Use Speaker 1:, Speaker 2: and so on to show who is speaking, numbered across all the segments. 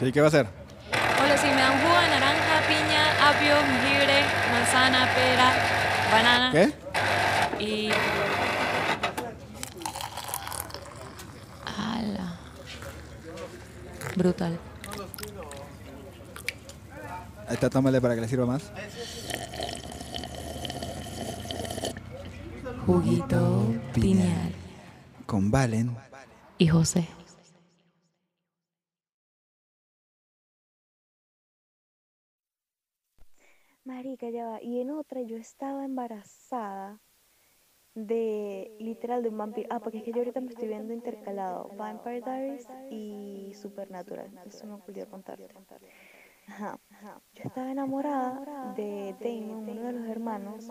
Speaker 1: ¿Sí? ¿Qué va a hacer?
Speaker 2: Bueno, si me dan jugo de naranja, piña, apio, jengibre, manzana, pera, banana.
Speaker 1: ¿Qué?
Speaker 2: Y. Ala. Brutal.
Speaker 1: Ahí está, tómale para que le sirva más.
Speaker 2: Juguito piñal.
Speaker 1: Con Valen.
Speaker 2: Y José.
Speaker 3: Marica, ya va. Y en otra yo estaba embarazada de literal de un vampiro. Ah, porque es que yo ahorita me estoy viendo intercalado. Vampire Diaries y Supernatural. Eso me ocurrió contarte. Ajá. Yo estaba enamorada de Damon, uno de los hermanos.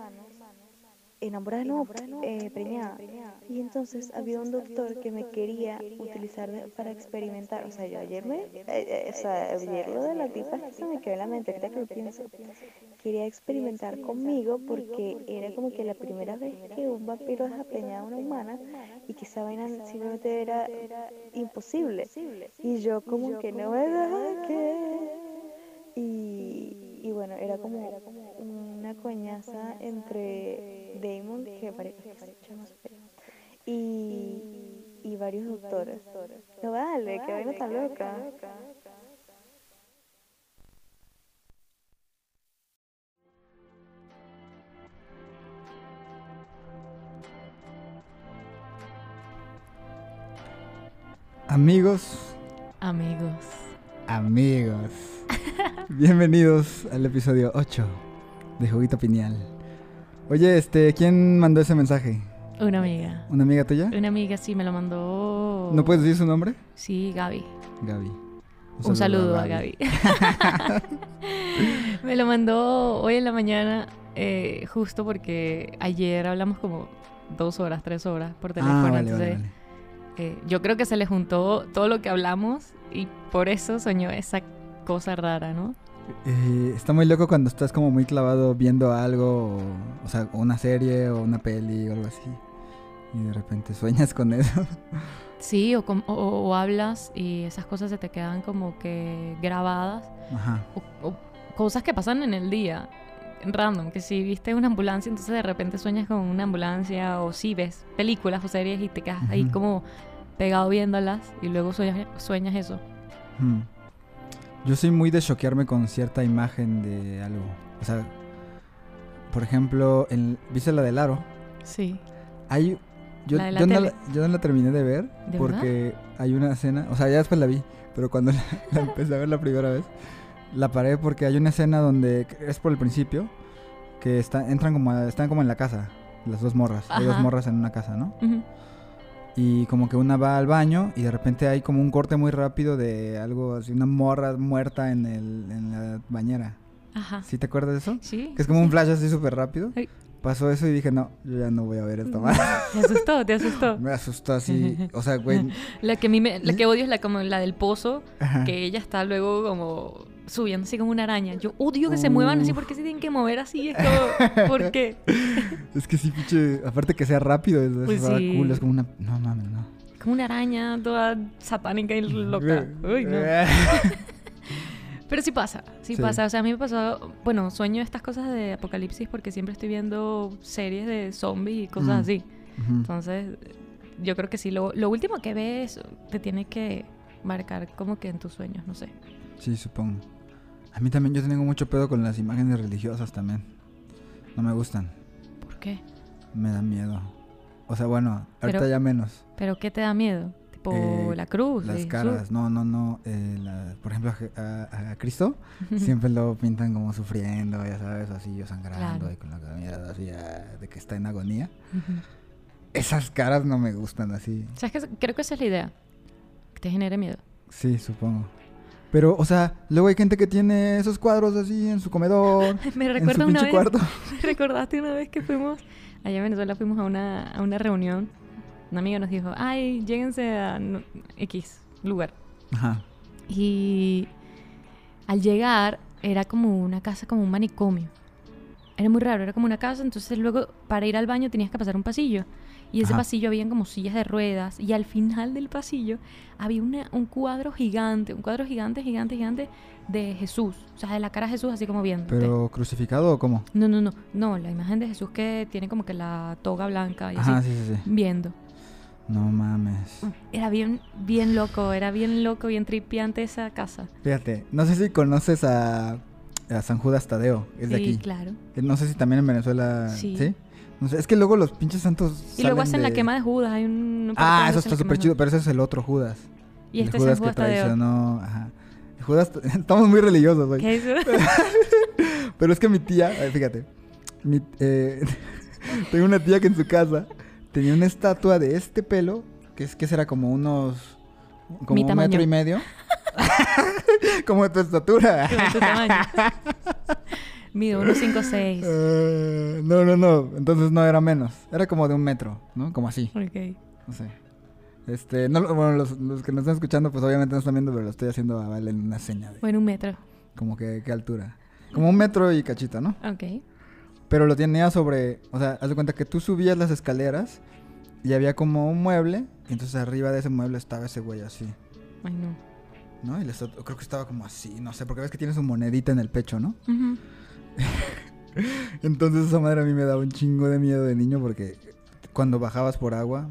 Speaker 3: Enamorada, no, eh, preñada. Y entonces había un doctor que me quería utilizar de- para experimentar. O sea, yo ayer me. eh, eh, o sea, ayer lo de la tipa se me quedó en la mente. Ahorita que lo pienso quería experimentar conmigo porque era como que la primera vez que un vampiro deja preñada a una humana y que esa vaina simplemente era imposible. Y yo como que no me da que... Y, y bueno, era como una coñaza entre Damon, que parece que se llama Spade, y, y varios doctores. No vale, que vaina tan loca.
Speaker 1: Amigos,
Speaker 2: Amigos.
Speaker 1: amigos. Bienvenidos al episodio 8 de Juguito Piñal. Oye, este, ¿quién mandó ese mensaje?
Speaker 2: Una amiga.
Speaker 1: ¿Una amiga tuya?
Speaker 2: Una amiga sí me lo mandó.
Speaker 1: ¿Eh? ¿No puedes decir su nombre?
Speaker 2: Sí, Gaby.
Speaker 1: Gaby. Ah,
Speaker 2: Un saludo a Gaby. Me lo mandó hoy en la mañana, eh, justo porque ayer hablamos como dos horas, tres horas por teléfono.
Speaker 1: Ah, vale,
Speaker 2: entonces,
Speaker 1: vale, vale.
Speaker 2: eh, yo creo que se le juntó todo lo que hablamos y por eso soñó esa cosa rara, ¿no?
Speaker 1: Eh, está muy loco cuando estás como muy clavado viendo algo, o, o sea, una serie o una peli o algo así. Y de repente sueñas con eso.
Speaker 2: Sí, o, com- o- o hablas y esas cosas se te quedan como que grabadas.
Speaker 1: Ajá.
Speaker 2: o- o cosas que pasan en el día. Random, que si viste una ambulancia, entonces de repente sueñas con una ambulancia, o si ves películas o series y te quedas ahí
Speaker 1: Ujú.
Speaker 2: como pegado viéndolas y luego sueñas, sueñas eso.
Speaker 1: Hmm. Yo soy muy de choquearme con cierta imagen de algo. O sea, por ejemplo, en, ¿viste la del aro?
Speaker 2: Sí.
Speaker 1: Hay, yo,
Speaker 2: La de la
Speaker 1: yo no
Speaker 2: tele.
Speaker 1: yo no la terminé de ver
Speaker 2: ¿De
Speaker 1: porque hay una escena, o sea, ya después la vi, pero cuando la, la empecé a ver la primera vez, la paré porque hay una escena donde es por el principio que está, entran como a- están como en la casa, las dos morras, hay dos
Speaker 2: Ajá.
Speaker 1: morras en una casa, ¿no? Y como que una va al baño y de repente hay como un corte muy rápido de algo así, una morra muerta en, el, en la bañera.
Speaker 2: Ajá.
Speaker 1: ¿Sí te acuerdas de eso?
Speaker 2: Sí.
Speaker 1: Que es como un flash así súper rápido.
Speaker 2: Ay.
Speaker 1: Pasó eso y dije, no, yo ya no voy a ver esto más.
Speaker 2: Te asustó, te asustó.
Speaker 1: Me asustó así. O sea, güey.
Speaker 2: La que, a mí me- la que odio es la, como la del pozo,
Speaker 1: ajá.
Speaker 2: que ella está luego como subiendo así como una araña. Yo odio que se
Speaker 1: Uh.
Speaker 2: muevan así
Speaker 1: Uf.
Speaker 2: porque se tienen que mover así. Es como, ¿por qué?
Speaker 1: Es que sí, pinche. Aparte que sea rápido, es, es
Speaker 2: Pues
Speaker 1: raro,
Speaker 2: sí.
Speaker 1: cool, es como una. No mames, no.
Speaker 2: Como una araña toda satánica y loca. Uy, no.
Speaker 1: Eh,
Speaker 2: Pero sí pasa, sí,
Speaker 1: Sí.
Speaker 2: pasa. O sea, a mí me pasó, bueno, sueño estas cosas de apocalipsis porque siempre estoy viendo series de zombies y cosas
Speaker 1: Mm.
Speaker 2: así.
Speaker 1: Ujú.
Speaker 2: Entonces, yo creo que sí, lo, lo último que ves te tiene que marcar como que en tus sueños, no sé.
Speaker 1: Sí, supongo. A mí también yo tengo mucho pedo con las imágenes religiosas también. No me gustan.
Speaker 2: ¿Por qué?
Speaker 1: Me da miedo. O sea, bueno, ahorita
Speaker 2: Pero-
Speaker 1: ya menos.
Speaker 2: ¿Pero qué te da miedo? Tipo
Speaker 1: Eh,
Speaker 2: la cruz. de
Speaker 1: Las
Speaker 2: Jesús.
Speaker 1: caras, no, no, no. eh, la- por ejemplo, a Je- a, a Cristo siempre lo pintan como sufriendo, ya sabes, así yo sangrando
Speaker 2: Claro.
Speaker 1: y con la mirada así ah, de que está en agonía. Esas caras no me gustan así.
Speaker 2: ¿Sabes qué? Creo que esa es la idea. Que te genere miedo.
Speaker 1: Sí, supongo. Pero, o sea, luego hay gente que tiene esos cuadros así en su comedor,
Speaker 2: Me
Speaker 1: en su
Speaker 2: recuerda una
Speaker 1: pinche
Speaker 2: vez.
Speaker 1: cuarto.
Speaker 2: ¿Recordaste una vez que fuimos allá en Venezuela? Fuimos a una, a una reunión. Una amiga nos dijo, ay, lléguense a no- X lugar.
Speaker 1: Ajá.
Speaker 2: Y al llegar era como una casa, como un manicomio. Era muy raro, era como una casa, entonces luego para ir al baño tenías que pasar un pasillo. Y ese
Speaker 1: Ajá.
Speaker 2: pasillo habían como sillas de ruedas. Y al final del pasillo había una- un cuadro gigante, un cuadro gigante, gigante, gigante de Jesús. O sea, de la cara de Jesús así como viendo.
Speaker 1: ¿Pero crucificado o cómo?
Speaker 2: No, no, no. No, la imagen de Jesús que tiene como que la toga blanca y
Speaker 1: Ajá,
Speaker 2: así.
Speaker 1: sí, sí, sí.
Speaker 2: Viendo.
Speaker 1: No mames.
Speaker 2: Era bien, bien loco, era bien loco, bien tripiante esa casa.
Speaker 1: Fíjate, no sé si conoces a, a San Judas Tadeo, es de
Speaker 2: sí,
Speaker 1: aquí.
Speaker 2: claro.
Speaker 1: Eh, No sé si también en Venezuela,
Speaker 2: Sí.
Speaker 1: ¿sí? No sé, es que luego los pinches santos
Speaker 2: Y luego
Speaker 1: salen
Speaker 2: hacen la
Speaker 1: de-
Speaker 2: quema de Judas. Hay un,
Speaker 1: Ah, eso
Speaker 2: hacen la
Speaker 1: está
Speaker 2: quema de
Speaker 1: súper chido,
Speaker 2: Judas.
Speaker 1: pero ese es el otro Judas.
Speaker 2: Y
Speaker 1: el
Speaker 2: este
Speaker 1: Judas
Speaker 2: es el
Speaker 1: que
Speaker 2: Judas Tadeo.
Speaker 1: traicionó, ajá. El Judas, estamos muy religiosos hoy.
Speaker 2: ¿Qué es eso?
Speaker 1: Pero es que mi tía, eh, fíjate, mi- eh, tengo una tía que en su casa tenía una estatua de este pelo, que es que será como unos, como
Speaker 2: Mi
Speaker 1: un
Speaker 2: tamaño.
Speaker 1: metro y medio. como de tu estatura.
Speaker 2: Como tu tamaño. Mido 1.56.
Speaker 1: Eh, no, no, no. Entonces no era menos. Era como de un metro, ¿no? Como así.
Speaker 2: Ok.
Speaker 1: No sé. Este, no, lo- bueno, los, los que nos están escuchando, pues obviamente no están viendo, pero lo estoy haciendo a Valen una seña de
Speaker 2: Bueno, un metro.
Speaker 1: como que qué altura. Como un metro y cachito, ¿no?
Speaker 2: Ok.
Speaker 1: Pero lo tenía sobre, o sea, haz de cuenta que tú subías las escaleras y había como un mueble, y entonces arriba de ese mueble estaba ese güey así,
Speaker 2: Ay, no.
Speaker 1: ¿no? Y la estatua- creo que estaba como así, no sé, porque ves que tiene su monedita en el pecho, ¿no?
Speaker 2: Ujú.
Speaker 1: Entonces esa madre a mí me daba un chingo de miedo de niño porque cuando bajabas por agua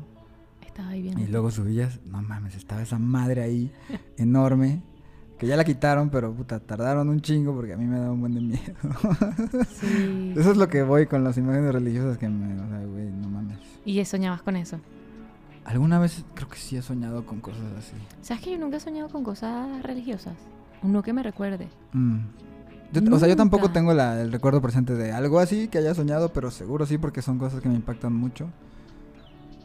Speaker 2: Estaba ahí bien.
Speaker 1: y luego subías, no mames, estaba esa madre ahí enorme que ya la quitaron, pero puta, tardaron un chingo porque a mí me daba un buen de miedo.
Speaker 2: Sí.
Speaker 1: Eso es lo que voy con las imágenes religiosas que me, o sea, güey, no mames.
Speaker 2: Y soñabas con eso.
Speaker 1: Alguna vez creo que sí he soñado con cosas así.
Speaker 2: ¿Sabes que yo nunca he soñado con cosas religiosas? No que me recuerde.
Speaker 1: Mm. Yo t- o sea, yo tampoco
Speaker 2: Nunca.
Speaker 1: tengo la- el recuerdo presente de algo así que haya soñado, pero seguro sí porque son cosas que me impactan mucho.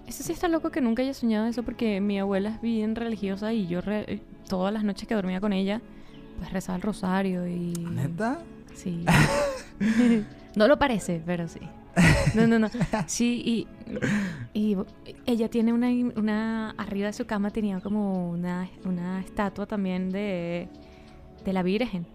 Speaker 2: Eso sí está loco que nunca haya soñado eso porque mi abuela es bien religiosa y yo re- eh, todas las noches que dormía con ella, pues rezaba el rosario y...
Speaker 1: ¿Neta?
Speaker 2: Sí. no lo parece, pero sí. No, no, no. Sí, y, y ella tiene una, im- una... Arriba de su cama tenía como una, una estatua también de, de la Virgen,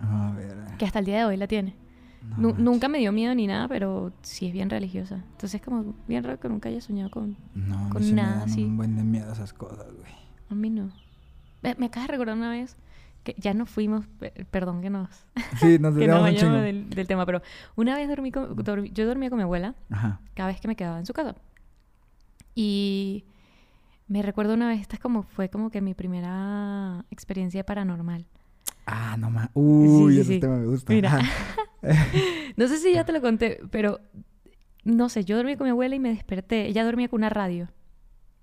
Speaker 1: A ver.
Speaker 2: que hasta el día de hoy la tiene.
Speaker 1: no
Speaker 2: Nu-
Speaker 1: manches.
Speaker 2: nunca me dio miedo ni nada, pero sí es bien religiosa. Entonces como bien raro que nunca haya soñado con...
Speaker 1: No,
Speaker 2: con
Speaker 1: con sí
Speaker 2: nada
Speaker 1: me dan
Speaker 2: así.
Speaker 1: un buen de miedo esas cosas, güey.
Speaker 2: A mí no. Me, me acabas de recordar una vez que ya nos fuimos, pe- perdón que nos,
Speaker 1: Sí, nos
Speaker 2: que nos
Speaker 1: desviamos un
Speaker 2: vayamos
Speaker 1: chingo.
Speaker 2: del, del tema, pero una vez dormí con, dormí- yo dormía con mi abuela
Speaker 1: Ajá.
Speaker 2: cada vez que me quedaba en su casa. Y me recuerdo una vez, esta es como, fue como que mi primera experiencia paranormal.
Speaker 1: Ah, no mames. Uy,
Speaker 2: Sí, sí,
Speaker 1: ese
Speaker 2: sí.
Speaker 1: tema me gusta.
Speaker 2: Mira.
Speaker 1: Ajá.
Speaker 2: No sé si ya te lo conté, pero no sé, yo dormí con mi abuela y me desperté. Ella dormía con una radio.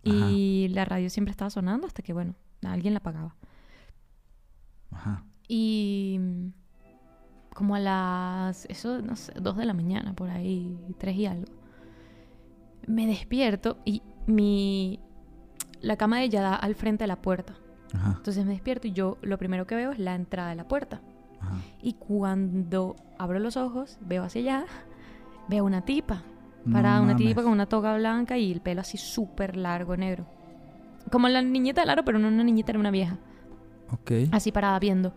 Speaker 2: Y la radio siempre estaba sonando hasta que, bueno, alguien la apagaba.
Speaker 1: Ajá.
Speaker 2: Y mm, como a las, eso, no sé, 2 de la mañana, por ahí, 3 y algo, me despierto y mi, la cama de ella da al frente de la puerta.
Speaker 1: Ajá.
Speaker 2: Entonces me despierto y yo lo primero que veo es la entrada de la puerta.
Speaker 1: Ajá.
Speaker 2: Y cuando abro los ojos, veo hacia allá, veo una tipa.
Speaker 1: No
Speaker 2: Parada, una
Speaker 1: mames.
Speaker 2: tipa con una toga blanca y el pelo así súper largo, negro. Como la niñeta del aro, pero no una niñeta, era una vieja.
Speaker 1: Ok.
Speaker 2: Así parada viendo.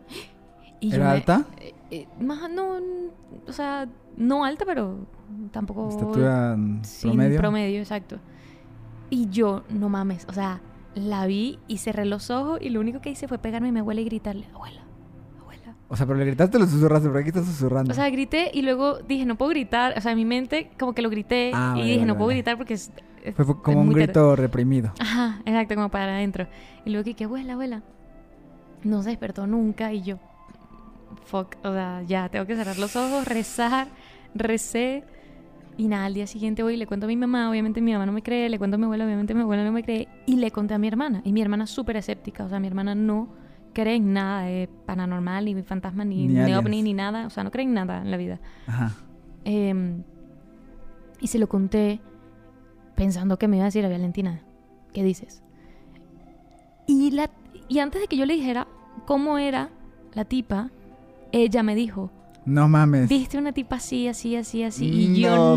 Speaker 2: Y yo
Speaker 1: ¿Era
Speaker 2: me-
Speaker 1: alta?
Speaker 2: eh, eh, más, no, n- o sea, no alta, pero tampoco...
Speaker 1: Estatura mm,
Speaker 2: sin
Speaker 1: promedio.
Speaker 2: exacto. Y yo, no mames, o sea, la vi y cerré los ojos y lo único que hice fue pegarme a mi abuela y gritarle, abuela, abuela.
Speaker 1: O sea, pero le gritaste o lo susurraste, pero aquí estás susurrando.
Speaker 2: O sea, grité y luego dije, no puedo gritar. O sea, en mi mente como que lo grité
Speaker 1: Ah,
Speaker 2: y
Speaker 1: vale,
Speaker 2: dije,
Speaker 1: vale,
Speaker 2: no puedo
Speaker 1: vale.
Speaker 2: gritar porque es... es-
Speaker 1: Fue po- como
Speaker 2: es
Speaker 1: un
Speaker 2: muy tarde".
Speaker 1: grito reprimido.
Speaker 2: Ajá, exacto, como para adentro. Y luego que, que abuela, abuela. No se despertó nunca y yo, fuck, o sea, ya, tengo que cerrar los ojos, rezar, recé. Y nada, al día siguiente voy y le cuento a mi mamá, obviamente mi mamá no me cree, le cuento a mi abuela, obviamente mi abuela no me cree. Y le conté a mi hermana, y mi hermana es súper escéptica, o sea, mi hermana no cree en nada de paranormal, ni fantasma, ni,
Speaker 1: Ni
Speaker 2: ni
Speaker 1: aliens.
Speaker 2: ovni, ni nada, o sea, no cree en nada en la vida.
Speaker 1: Ajá.
Speaker 2: Eh, y se lo conté pensando que me iba a decir a Valentina, ¿qué dices? Y, la, y antes de que yo le dijera cómo era la tipa, ella me dijo,
Speaker 1: No mames.
Speaker 2: viste una tipa así, así, así, así. Y
Speaker 1: No
Speaker 2: yo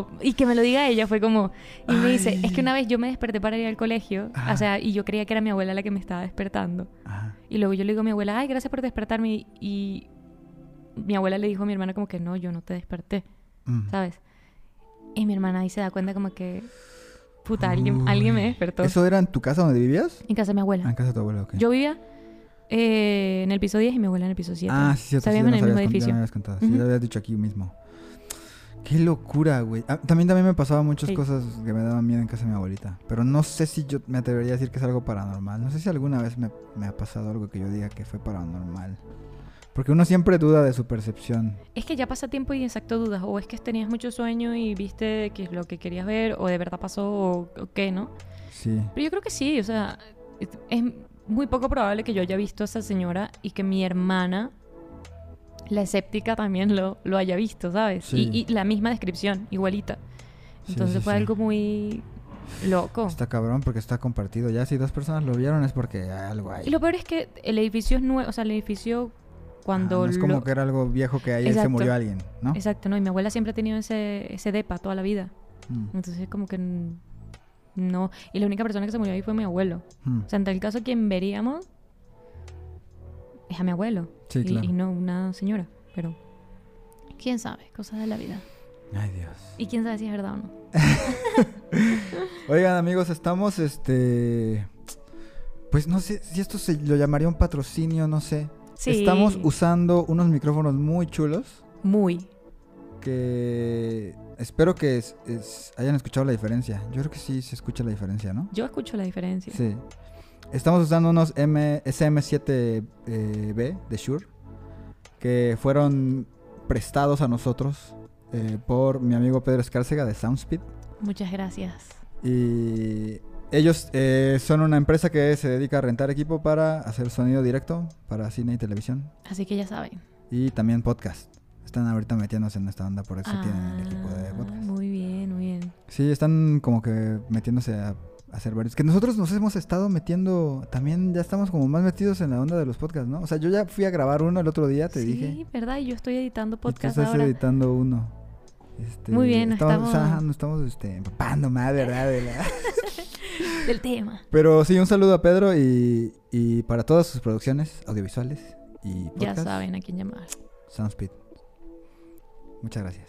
Speaker 2: no. Y que me lo diga ella fue como... Y me dice,
Speaker 1: Ay.
Speaker 2: es que una vez yo me desperté para ir al colegio, o sea, y yo creía que era mi abuela la que me estaba despertando.
Speaker 1: Ajá.
Speaker 2: Y luego yo le digo a mi abuela, ay, gracias por despertarme. Y, y mi abuela le dijo a mi hermana como que no, yo no te desperté.
Speaker 1: Mm.
Speaker 2: ¿sabes? Y mi hermana ahí se da cuenta como que, Puta, alguien, alguien me despertó.
Speaker 1: ¿Eso era en tu casa donde vivías?
Speaker 2: En casa de mi abuela.
Speaker 1: Ah, en casa de tu abuela, ok.
Speaker 2: Yo vivía eh, en el piso 10 y mi abuela en el piso 7.
Speaker 1: ah, sí, cierto. sí, ya
Speaker 2: Sabíamos en
Speaker 1: nos
Speaker 2: el
Speaker 1: habías cont-
Speaker 2: mismo
Speaker 1: ya
Speaker 2: edificio.
Speaker 1: me habías contado. Sí,
Speaker 2: Ujú.
Speaker 1: lo habías dicho aquí mismo. Qué locura, güey. Ah, también, también me pasaba muchas
Speaker 2: Sí.
Speaker 1: cosas que me daban miedo en casa de mi abuelita. Pero no sé si yo me atrevería a decir que es algo paranormal. No sé si alguna vez me, me ha pasado algo que yo diga que fue paranormal. Porque uno siempre duda de su percepción.
Speaker 2: Es que ya pasa tiempo y exacto dudas. O es que tenías mucho sueño y viste que es lo que querías ver, o de verdad pasó, o, o qué, ¿no?
Speaker 1: Sí.
Speaker 2: Pero yo creo que sí, o sea, es- es muy poco probable que yo haya visto a esa señora y que mi hermana, la escéptica, también lo, lo haya visto, ¿sabes?
Speaker 1: Sí.
Speaker 2: Y, y la misma descripción, igualita.
Speaker 1: Sí,
Speaker 2: Entonces
Speaker 1: sí,
Speaker 2: fue
Speaker 1: sí.
Speaker 2: algo muy loco.
Speaker 1: Está cabrón porque está compartido. Ya si dos personas lo vieron es porque hay Ah, algo ahí.
Speaker 2: Y lo peor es que el edificio es nuevo, o sea, el edificio cuando...
Speaker 1: Ah, no es
Speaker 2: lo-
Speaker 1: como que era algo viejo que ahí se
Speaker 2: Exacto.
Speaker 1: murió alguien, ¿no?
Speaker 2: Exacto, no, y mi abuela siempre ha tenido ese, ese depa toda la vida.
Speaker 1: Mm,
Speaker 2: Entonces como que n- no. Y la única persona que se murió ahí fue mi abuelo.
Speaker 1: mm.
Speaker 2: O sea, en tal caso quien veríamos es a mi abuelo.
Speaker 1: Sí,
Speaker 2: y,
Speaker 1: claro.
Speaker 2: y no una señora. Pero quién sabe, cosas de la vida.
Speaker 1: Ay, Dios.
Speaker 2: Y quién sabe si es verdad o no.
Speaker 1: Oigan, amigos, estamos este. Pues no sé si esto se lo llamaría un patrocinio, no sé.
Speaker 2: Sí.
Speaker 1: Estamos usando unos micrófonos muy chulos
Speaker 2: muy.
Speaker 1: que espero que es- es- hayan escuchado la diferencia. Yo creo que sí se escucha la diferencia, ¿no?
Speaker 2: Yo escucho la diferencia.
Speaker 1: Sí. Estamos usando unos M SM7B de Shure que fueron prestados a nosotros eh, por mi amigo Pedro Escárcega de Soundspeed.
Speaker 2: Muchas gracias.
Speaker 1: Y ellos eh, son una empresa que se dedica a rentar equipo para hacer sonido directo para cine y televisión
Speaker 2: Así que ya saben.
Speaker 1: y también podcast. Están ahorita metiéndose en esta onda, por eso tienen el equipo de
Speaker 2: Ah,
Speaker 1: podcast.
Speaker 2: Muy bien, muy bien.
Speaker 1: Sí, están como que metiéndose a a hacer varios. Que nosotros nos hemos estado metiendo, también ya estamos como más metidos en la onda de los podcasts, ¿no? O sea, yo ya fui a grabar uno el otro día, te
Speaker 2: sí,
Speaker 1: dije. y
Speaker 2: ¿verdad? Y yo estoy editando
Speaker 1: tú
Speaker 2: podcast
Speaker 1: estás
Speaker 2: ahora.
Speaker 1: editando uno. Este,
Speaker 2: Muy bien, nos
Speaker 1: estamos,
Speaker 2: estamos-
Speaker 1: ajá, nos estamos este, empapando más, ¿verdad? De la-
Speaker 2: Del tema.
Speaker 1: Pero sí, un saludo a Pedro y, y para todas sus producciones audiovisuales y podcast.
Speaker 2: Ya saben a quién llamar.
Speaker 1: Soundspeed. Muchas gracias.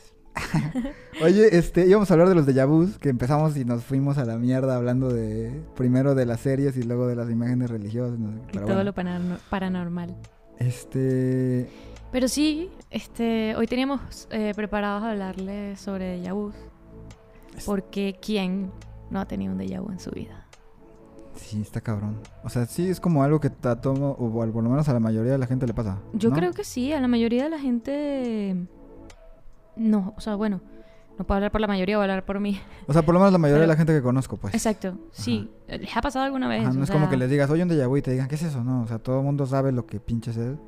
Speaker 1: Oye, este, íbamos a hablar de los de vus, que empezamos y nos fuimos a la mierda hablando de primero de las series y luego de las imágenes religiosas. no sé,
Speaker 2: Y
Speaker 1: pero
Speaker 2: todo
Speaker 1: bueno.
Speaker 2: lo panar- paranormal.
Speaker 1: Este,
Speaker 2: Pero sí, este, hoy teníamos eh, preparados hablarles sobre déjà vus.
Speaker 1: Es-
Speaker 2: Porque ¿quién no ha tenido un déjà vu en su vida?
Speaker 1: sí, está cabrón. O sea, sí es como algo que a todo, o al- por lo menos a la mayoría de la gente le pasa.
Speaker 2: Yo
Speaker 1: ¿no?
Speaker 2: creo que sí, a la mayoría de la gente... No, o sea, bueno, no puedo hablar por la mayoría, voy a hablar por mí.
Speaker 1: O sea, por lo menos la mayoría de
Speaker 2: Pero-
Speaker 1: la gente que conozco, pues.
Speaker 2: Exacto, sí. ¿Les ha pasado alguna vez?
Speaker 1: Ajá,
Speaker 2: pues, O
Speaker 1: no es como
Speaker 2: sea,
Speaker 1: que les digas, oye, un déjà vu y te digan, ¿qué es eso? No, o sea, todo el mundo sabe lo que pinches es.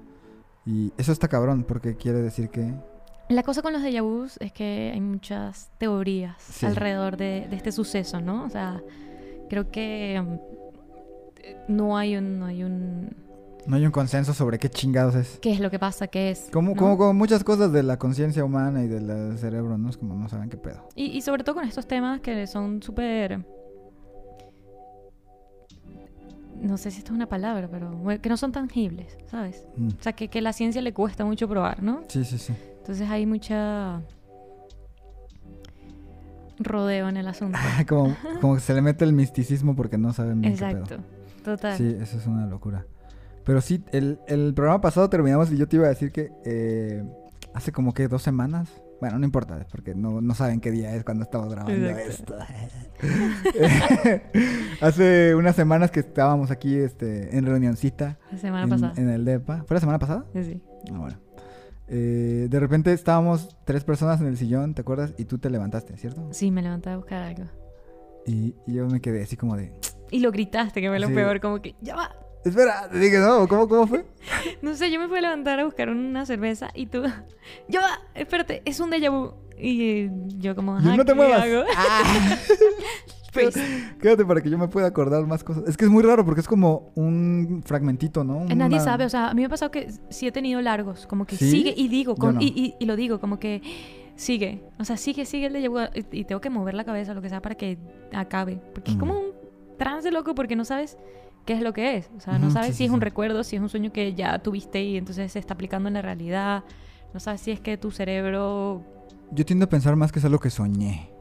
Speaker 1: Y eso está cabrón, porque quiere decir que.
Speaker 2: La cosa con los déjà vus es que hay muchas teorías
Speaker 1: Sí.
Speaker 2: alrededor de, de este suceso, ¿no? O sea, creo que mm, no hay un... No hay un
Speaker 1: No hay un consenso sobre qué chingados es.
Speaker 2: ¿Qué es lo que pasa? ¿Qué es?
Speaker 1: Como,
Speaker 2: ¿no?
Speaker 1: como, como muchas cosas de la conciencia humana y del eh, cerebro, ¿no? Es como no saben qué pedo.
Speaker 2: Y, y sobre todo con estos temas que son súper... No sé si esto es una palabra, pero bueno, que no son tangibles, ¿sabes?
Speaker 1: Mm.
Speaker 2: O sea, que, que la ciencia le cuesta mucho probar, ¿no?
Speaker 1: Sí, sí, sí.
Speaker 2: Entonces hay mucha rodeo en el asunto.
Speaker 1: como, como que se le mete el misticismo porque no saben bien qué pedo.
Speaker 2: Exacto. Total.
Speaker 1: Sí, eso es una locura. Pero sí, el, el programa pasado terminamos y yo te iba a decir que eh, hace como que dos semanas. Bueno, no importa, porque no, no saben qué día es cuando estamos grabando
Speaker 2: Exacto.
Speaker 1: esto. hace unas semanas que estábamos aquí este, en reunioncita
Speaker 2: La semana
Speaker 1: en,
Speaker 2: pasada.
Speaker 1: en el DEPA. ¿Fue la semana pasada?
Speaker 2: Sí, sí.
Speaker 1: Ah, bueno. Eh, de repente estábamos tres personas en el sillón, ¿te acuerdas? Y tú te levantaste, ¿cierto?
Speaker 2: Sí, me levanté a buscar algo.
Speaker 1: Y, y yo me quedé así como de...
Speaker 2: Y lo gritaste, que fue lo
Speaker 1: Sí.
Speaker 2: peor, como que, ya va.
Speaker 1: Espera, te dije, no, ¿cómo, cómo fue?
Speaker 2: No sé, yo me fui a levantar a buscar una cerveza y tú, ya va, espérate, es un déjà vu. Y eh, yo como,
Speaker 1: Y
Speaker 2: ajá,
Speaker 1: no te
Speaker 2: ¿qué
Speaker 1: muevas.
Speaker 2: hago?
Speaker 1: Ah.
Speaker 2: Pues,
Speaker 1: Quédate para que yo me pueda acordar más cosas. Es que es muy raro porque es como un fragmentito, ¿no?
Speaker 2: Eh, Nadie
Speaker 1: Una-
Speaker 2: sabe, o sea, a mí me ha pasado que sí he tenido largos, como que
Speaker 1: Mm, ¿Sí?
Speaker 2: sigue y digo,
Speaker 1: Yo
Speaker 2: con-
Speaker 1: no.
Speaker 2: y, y- y lo digo, como que sigue, o sea, sigue, sigue el déjà vu y, y tengo que mover la cabeza, lo que sea, para que acabe, porque es
Speaker 1: Mm.
Speaker 2: como un trance loco porque no sabes qué es lo que es, o sea, no
Speaker 1: Ujú,
Speaker 2: sabes
Speaker 1: sí,
Speaker 2: si
Speaker 1: sí,
Speaker 2: es un
Speaker 1: sí.
Speaker 2: recuerdo, si es un sueño que ya tuviste y entonces se está aplicando en la realidad, no sabes si es que tu cerebro
Speaker 1: Yo tiendo a pensar más que es algo que soñé.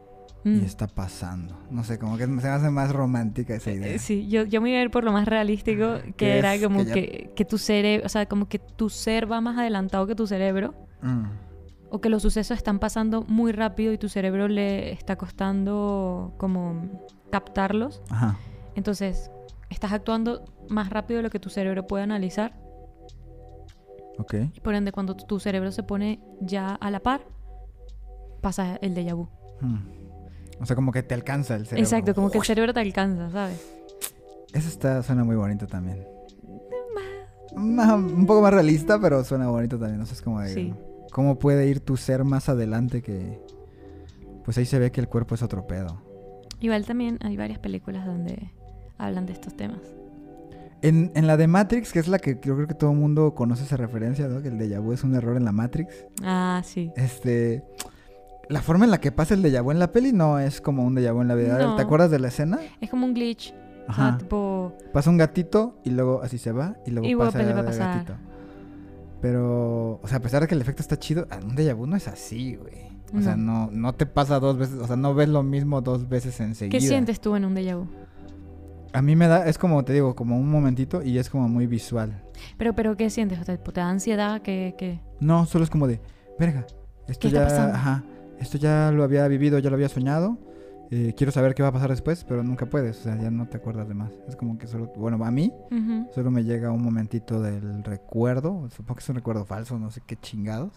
Speaker 1: y
Speaker 2: Mm.
Speaker 1: está pasando. No sé, como que se me hace más romántica esa idea.
Speaker 2: Eh, Sí, yo, yo me iba a ir por lo más realístico, que era
Speaker 1: Ah, es
Speaker 2: como
Speaker 1: que
Speaker 2: que,
Speaker 1: ya-
Speaker 2: que tu cerebro, o sea, como que tu ser va más adelantado que tu cerebro,
Speaker 1: Mm.
Speaker 2: o que los sucesos están pasando muy rápido y tu cerebro le está costando como captarlos.
Speaker 1: Ajá.
Speaker 2: Entonces, estás actuando más rápido de lo que tu cerebro puede analizar.
Speaker 1: Ok.
Speaker 2: Y por ende, cuando tu cerebro se pone ya a la par, pasa el déjà vu.
Speaker 1: Mm. O sea, como que te alcanza el cerebro.
Speaker 2: Exacto, como que el cerebro te alcanza, ¿sabes?
Speaker 1: Esa está, suena muy bonito también. Ma- un poco más realista, pero suena bonito también. No sé, es como de...
Speaker 2: mm. Sí.
Speaker 1: ¿Cómo puede ir tu ser más adelante que... Pues ahí se ve que el cuerpo es otro pedo.
Speaker 2: Igual también hay varias películas donde hablan de estos temas.
Speaker 1: En, en la de Matrix, que es la que yo creo que todo el mundo conoce esa referencia, ¿no? Que el déjà vu es un error en la Matrix.
Speaker 2: Ah, sí.
Speaker 1: Este... La forma en la que pasa el déjà vu en la peli no es como un déjà vu en la vida. real.
Speaker 2: No.
Speaker 1: ¿Te acuerdas de la escena?
Speaker 2: Es como un glitch. O sea,
Speaker 1: Ajá.
Speaker 2: tipo,
Speaker 1: Pasa un gatito y luego así se va y luego
Speaker 2: Y luego
Speaker 1: pasa
Speaker 2: vuelve
Speaker 1: el
Speaker 2: a pasar.
Speaker 1: gatito. Pero, o sea, a pesar de que el efecto está chido, ah, un déjà vu no es así, güey. O sea, no, no te pasa dos veces, o sea, no ves lo mismo dos veces enseguida.
Speaker 2: ¿qué sientes tú en un déjà vu?
Speaker 1: A mí me da, es como te digo, como un momentito y es como muy visual.
Speaker 2: Pero, pero, ¿qué sientes? O sea, tipo, ¿Te da ansiedad? ¿Qué, qué?
Speaker 1: No, solo es como de, verga, esto
Speaker 2: ¿Qué está
Speaker 1: ya,
Speaker 2: pasando?
Speaker 1: ajá, esto ya lo había vivido, ya lo había soñado. eh, quiero saber qué va a pasar después, pero nunca puedes, o sea, ya no te acuerdas de más. Es como que solo, bueno, a mí
Speaker 2: Ujú.
Speaker 1: Solo me llega un momentito del recuerdo. Supongo que es un recuerdo falso, no sé qué chingados.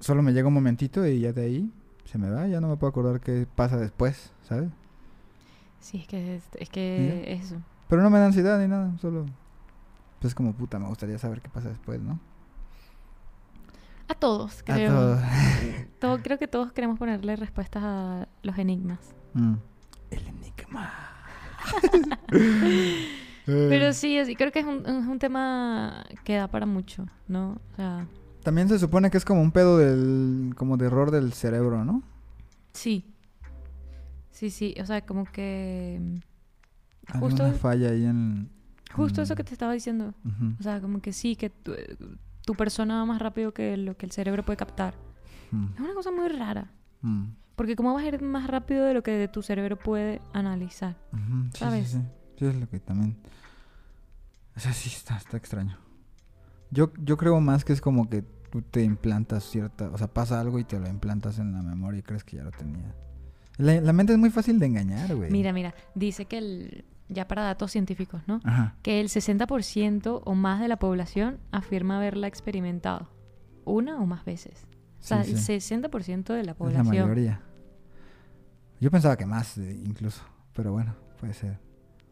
Speaker 1: Solo me llega un momentito y ya de ahí se me va. Ya no me puedo acordar qué pasa después, ¿sabes?
Speaker 2: Sí, es que, es, es que
Speaker 1: Mira.
Speaker 2: eso.
Speaker 1: Pero no me da ansiedad ni nada. Solo. Pues como puta, me gustaría saber qué pasa después, ¿no?
Speaker 2: A todos,
Speaker 1: A
Speaker 2: creo.
Speaker 1: todo.
Speaker 2: Todo- creo que todos queremos ponerle respuestas a los enigmas.
Speaker 1: Mm. El enigma. Eh,
Speaker 2: Pero sí, así, creo que es un, es un tema que da para mucho, ¿no? O sea,
Speaker 1: También se supone que es como un pedo del. como de error del cerebro, ¿no?
Speaker 2: sí. Sí, sí, o sea, como que... mm,
Speaker 1: Alguna
Speaker 2: Justo,
Speaker 1: falla ahí en.
Speaker 2: justo eso
Speaker 1: Mm.
Speaker 2: que te estaba diciendo.
Speaker 1: Ujú.
Speaker 2: O sea, como que sí, que tu, tu persona va más rápido que lo que el cerebro puede captar.
Speaker 1: Mm.
Speaker 2: Es una cosa muy rara.
Speaker 1: Mm.
Speaker 2: Porque cómo vas a ir más rápido de lo que tu cerebro puede analizar.
Speaker 1: Ujú, sí, sí,
Speaker 2: ¿Sabes?
Speaker 1: Sí, sí, es lo que también. O sea, sí, está, está extraño. Yo, yo creo más que es como que tú te implantas cierta. O sea, pasa algo y te lo implantas en la memoria y crees que ya lo tenías. La, la mente es muy fácil de engañar, güey.
Speaker 2: Mira, mira, dice que el, ya para datos científicos, ¿no?
Speaker 1: Ajá.
Speaker 2: Que el 60% o más de la población afirma haberla experimentado una o más veces. O sea,
Speaker 1: sí, sí,
Speaker 2: el 60% de la
Speaker 1: Es la
Speaker 2: población.
Speaker 1: mayoría. Yo pensaba que más, eh, incluso. Pero bueno, puede ser.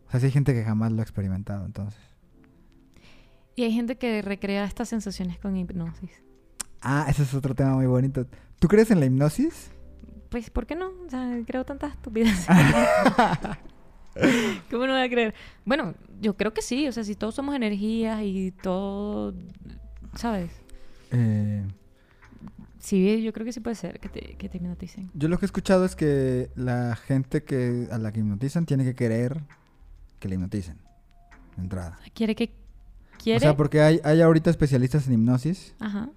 Speaker 1: O sea, sí hay gente que jamás lo ha experimentado, entonces.
Speaker 2: y hay gente que recrea estas sensaciones con hipnosis.
Speaker 1: Ah, ese es otro tema muy bonito. ¿Tú crees en la hipnosis?
Speaker 2: Pues, ¿por qué no? O sea, creo tantas estupideces. ¿Cómo no voy a creer? Bueno, yo creo que sí. O sea, si todos somos energías y todo, ¿sabes?
Speaker 1: eh.
Speaker 2: Sí, yo creo que sí puede ser que te, que te hipnoticen.
Speaker 1: Yo lo que he escuchado es que la gente que a la que hipnotizan tiene que querer que le hipnoticen. de entrada.
Speaker 2: Quiere que... Quiere...
Speaker 1: O sea, porque hay, hay ahorita especialistas en hipnosis
Speaker 2: Ajá.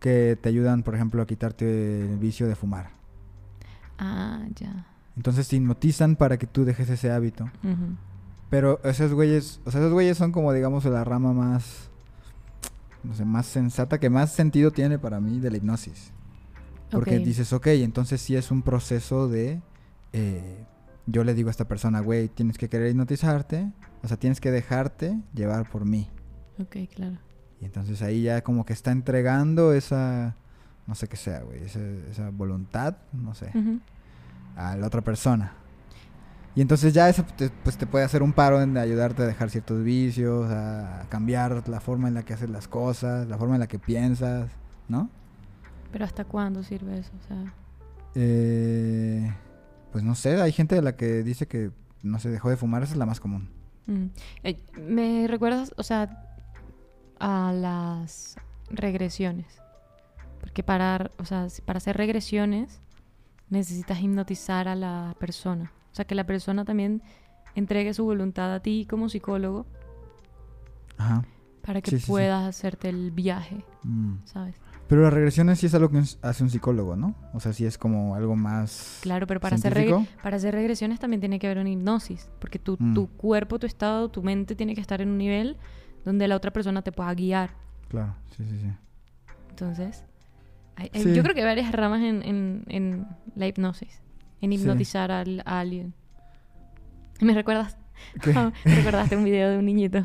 Speaker 1: que te ayudan, por ejemplo, a quitarte el vicio de fumar.
Speaker 2: Ah, ya.
Speaker 1: Entonces te hipnotizan para que tú dejes ese hábito.
Speaker 2: Ujú.
Speaker 1: Pero esos güeyes, o sea, esos güeyes son como, digamos, la rama más, no sé, más sensata, que más sentido tiene para mí de la hipnosis. Porque
Speaker 2: Ok.
Speaker 1: dices, ok, entonces sí es un proceso de... eh, yo le digo a esta persona, güey, tienes que querer hipnotizarte, o sea, tienes que dejarte llevar por mí.
Speaker 2: Ok, claro.
Speaker 1: Y entonces ahí ya como que está entregando esa, no sé qué sea, güey, esa, esa voluntad, no sé,
Speaker 2: Ujú.
Speaker 1: a la otra persona. Y entonces ya eso te- pues te puede hacer un paro en ayudarte a dejar ciertos vicios, a cambiar la forma en la que haces las cosas, la forma en la que piensas, ¿no?
Speaker 2: Pero ¿hasta cuándo sirve eso? O sea...
Speaker 1: Eh, pues no sé, hay gente de la que dice que no se dejó de fumar, esa es la más común.
Speaker 2: mm. Eh, ¿Me recuerdas, o sea, a las regresiones? Porque para, o sea, si- para hacer regresiones necesitas hipnotizar a la persona. O sea, que la persona también entregue su voluntad a ti como psicólogo
Speaker 1: Ajá.
Speaker 2: para que
Speaker 1: Sí, sí, sí.
Speaker 2: puedas hacerte el viaje,
Speaker 1: Mm.
Speaker 2: ¿sabes?
Speaker 1: Pero las regresiones sí es algo que un- hace un psicólogo, ¿no? O sea, sí es como algo más...
Speaker 2: Claro, pero para hacer, reg-
Speaker 1: científico.
Speaker 2: para hacer regresiones también tiene que haber una hipnosis, porque tu,
Speaker 1: Mm.
Speaker 2: tu cuerpo, tu estado, tu mente tiene que estar en un nivel donde la otra persona te pueda guiar.
Speaker 1: Claro, sí, sí, sí.
Speaker 2: Entonces, hay- hay-
Speaker 1: Sí.
Speaker 2: yo creo que hay varias ramas en, en- en la hipnosis, en
Speaker 1: Sí.
Speaker 2: hipnotizar al, a alguien. ¿Me recuerdas?
Speaker 1: ¿Qué?
Speaker 2: Me recordaste un video de un niñito.